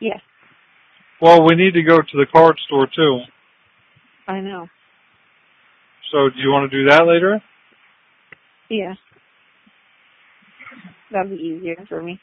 Yes, Well, we need to go to the card store too. I know. So do you want to do that later? Yeah. That'd be easier for me.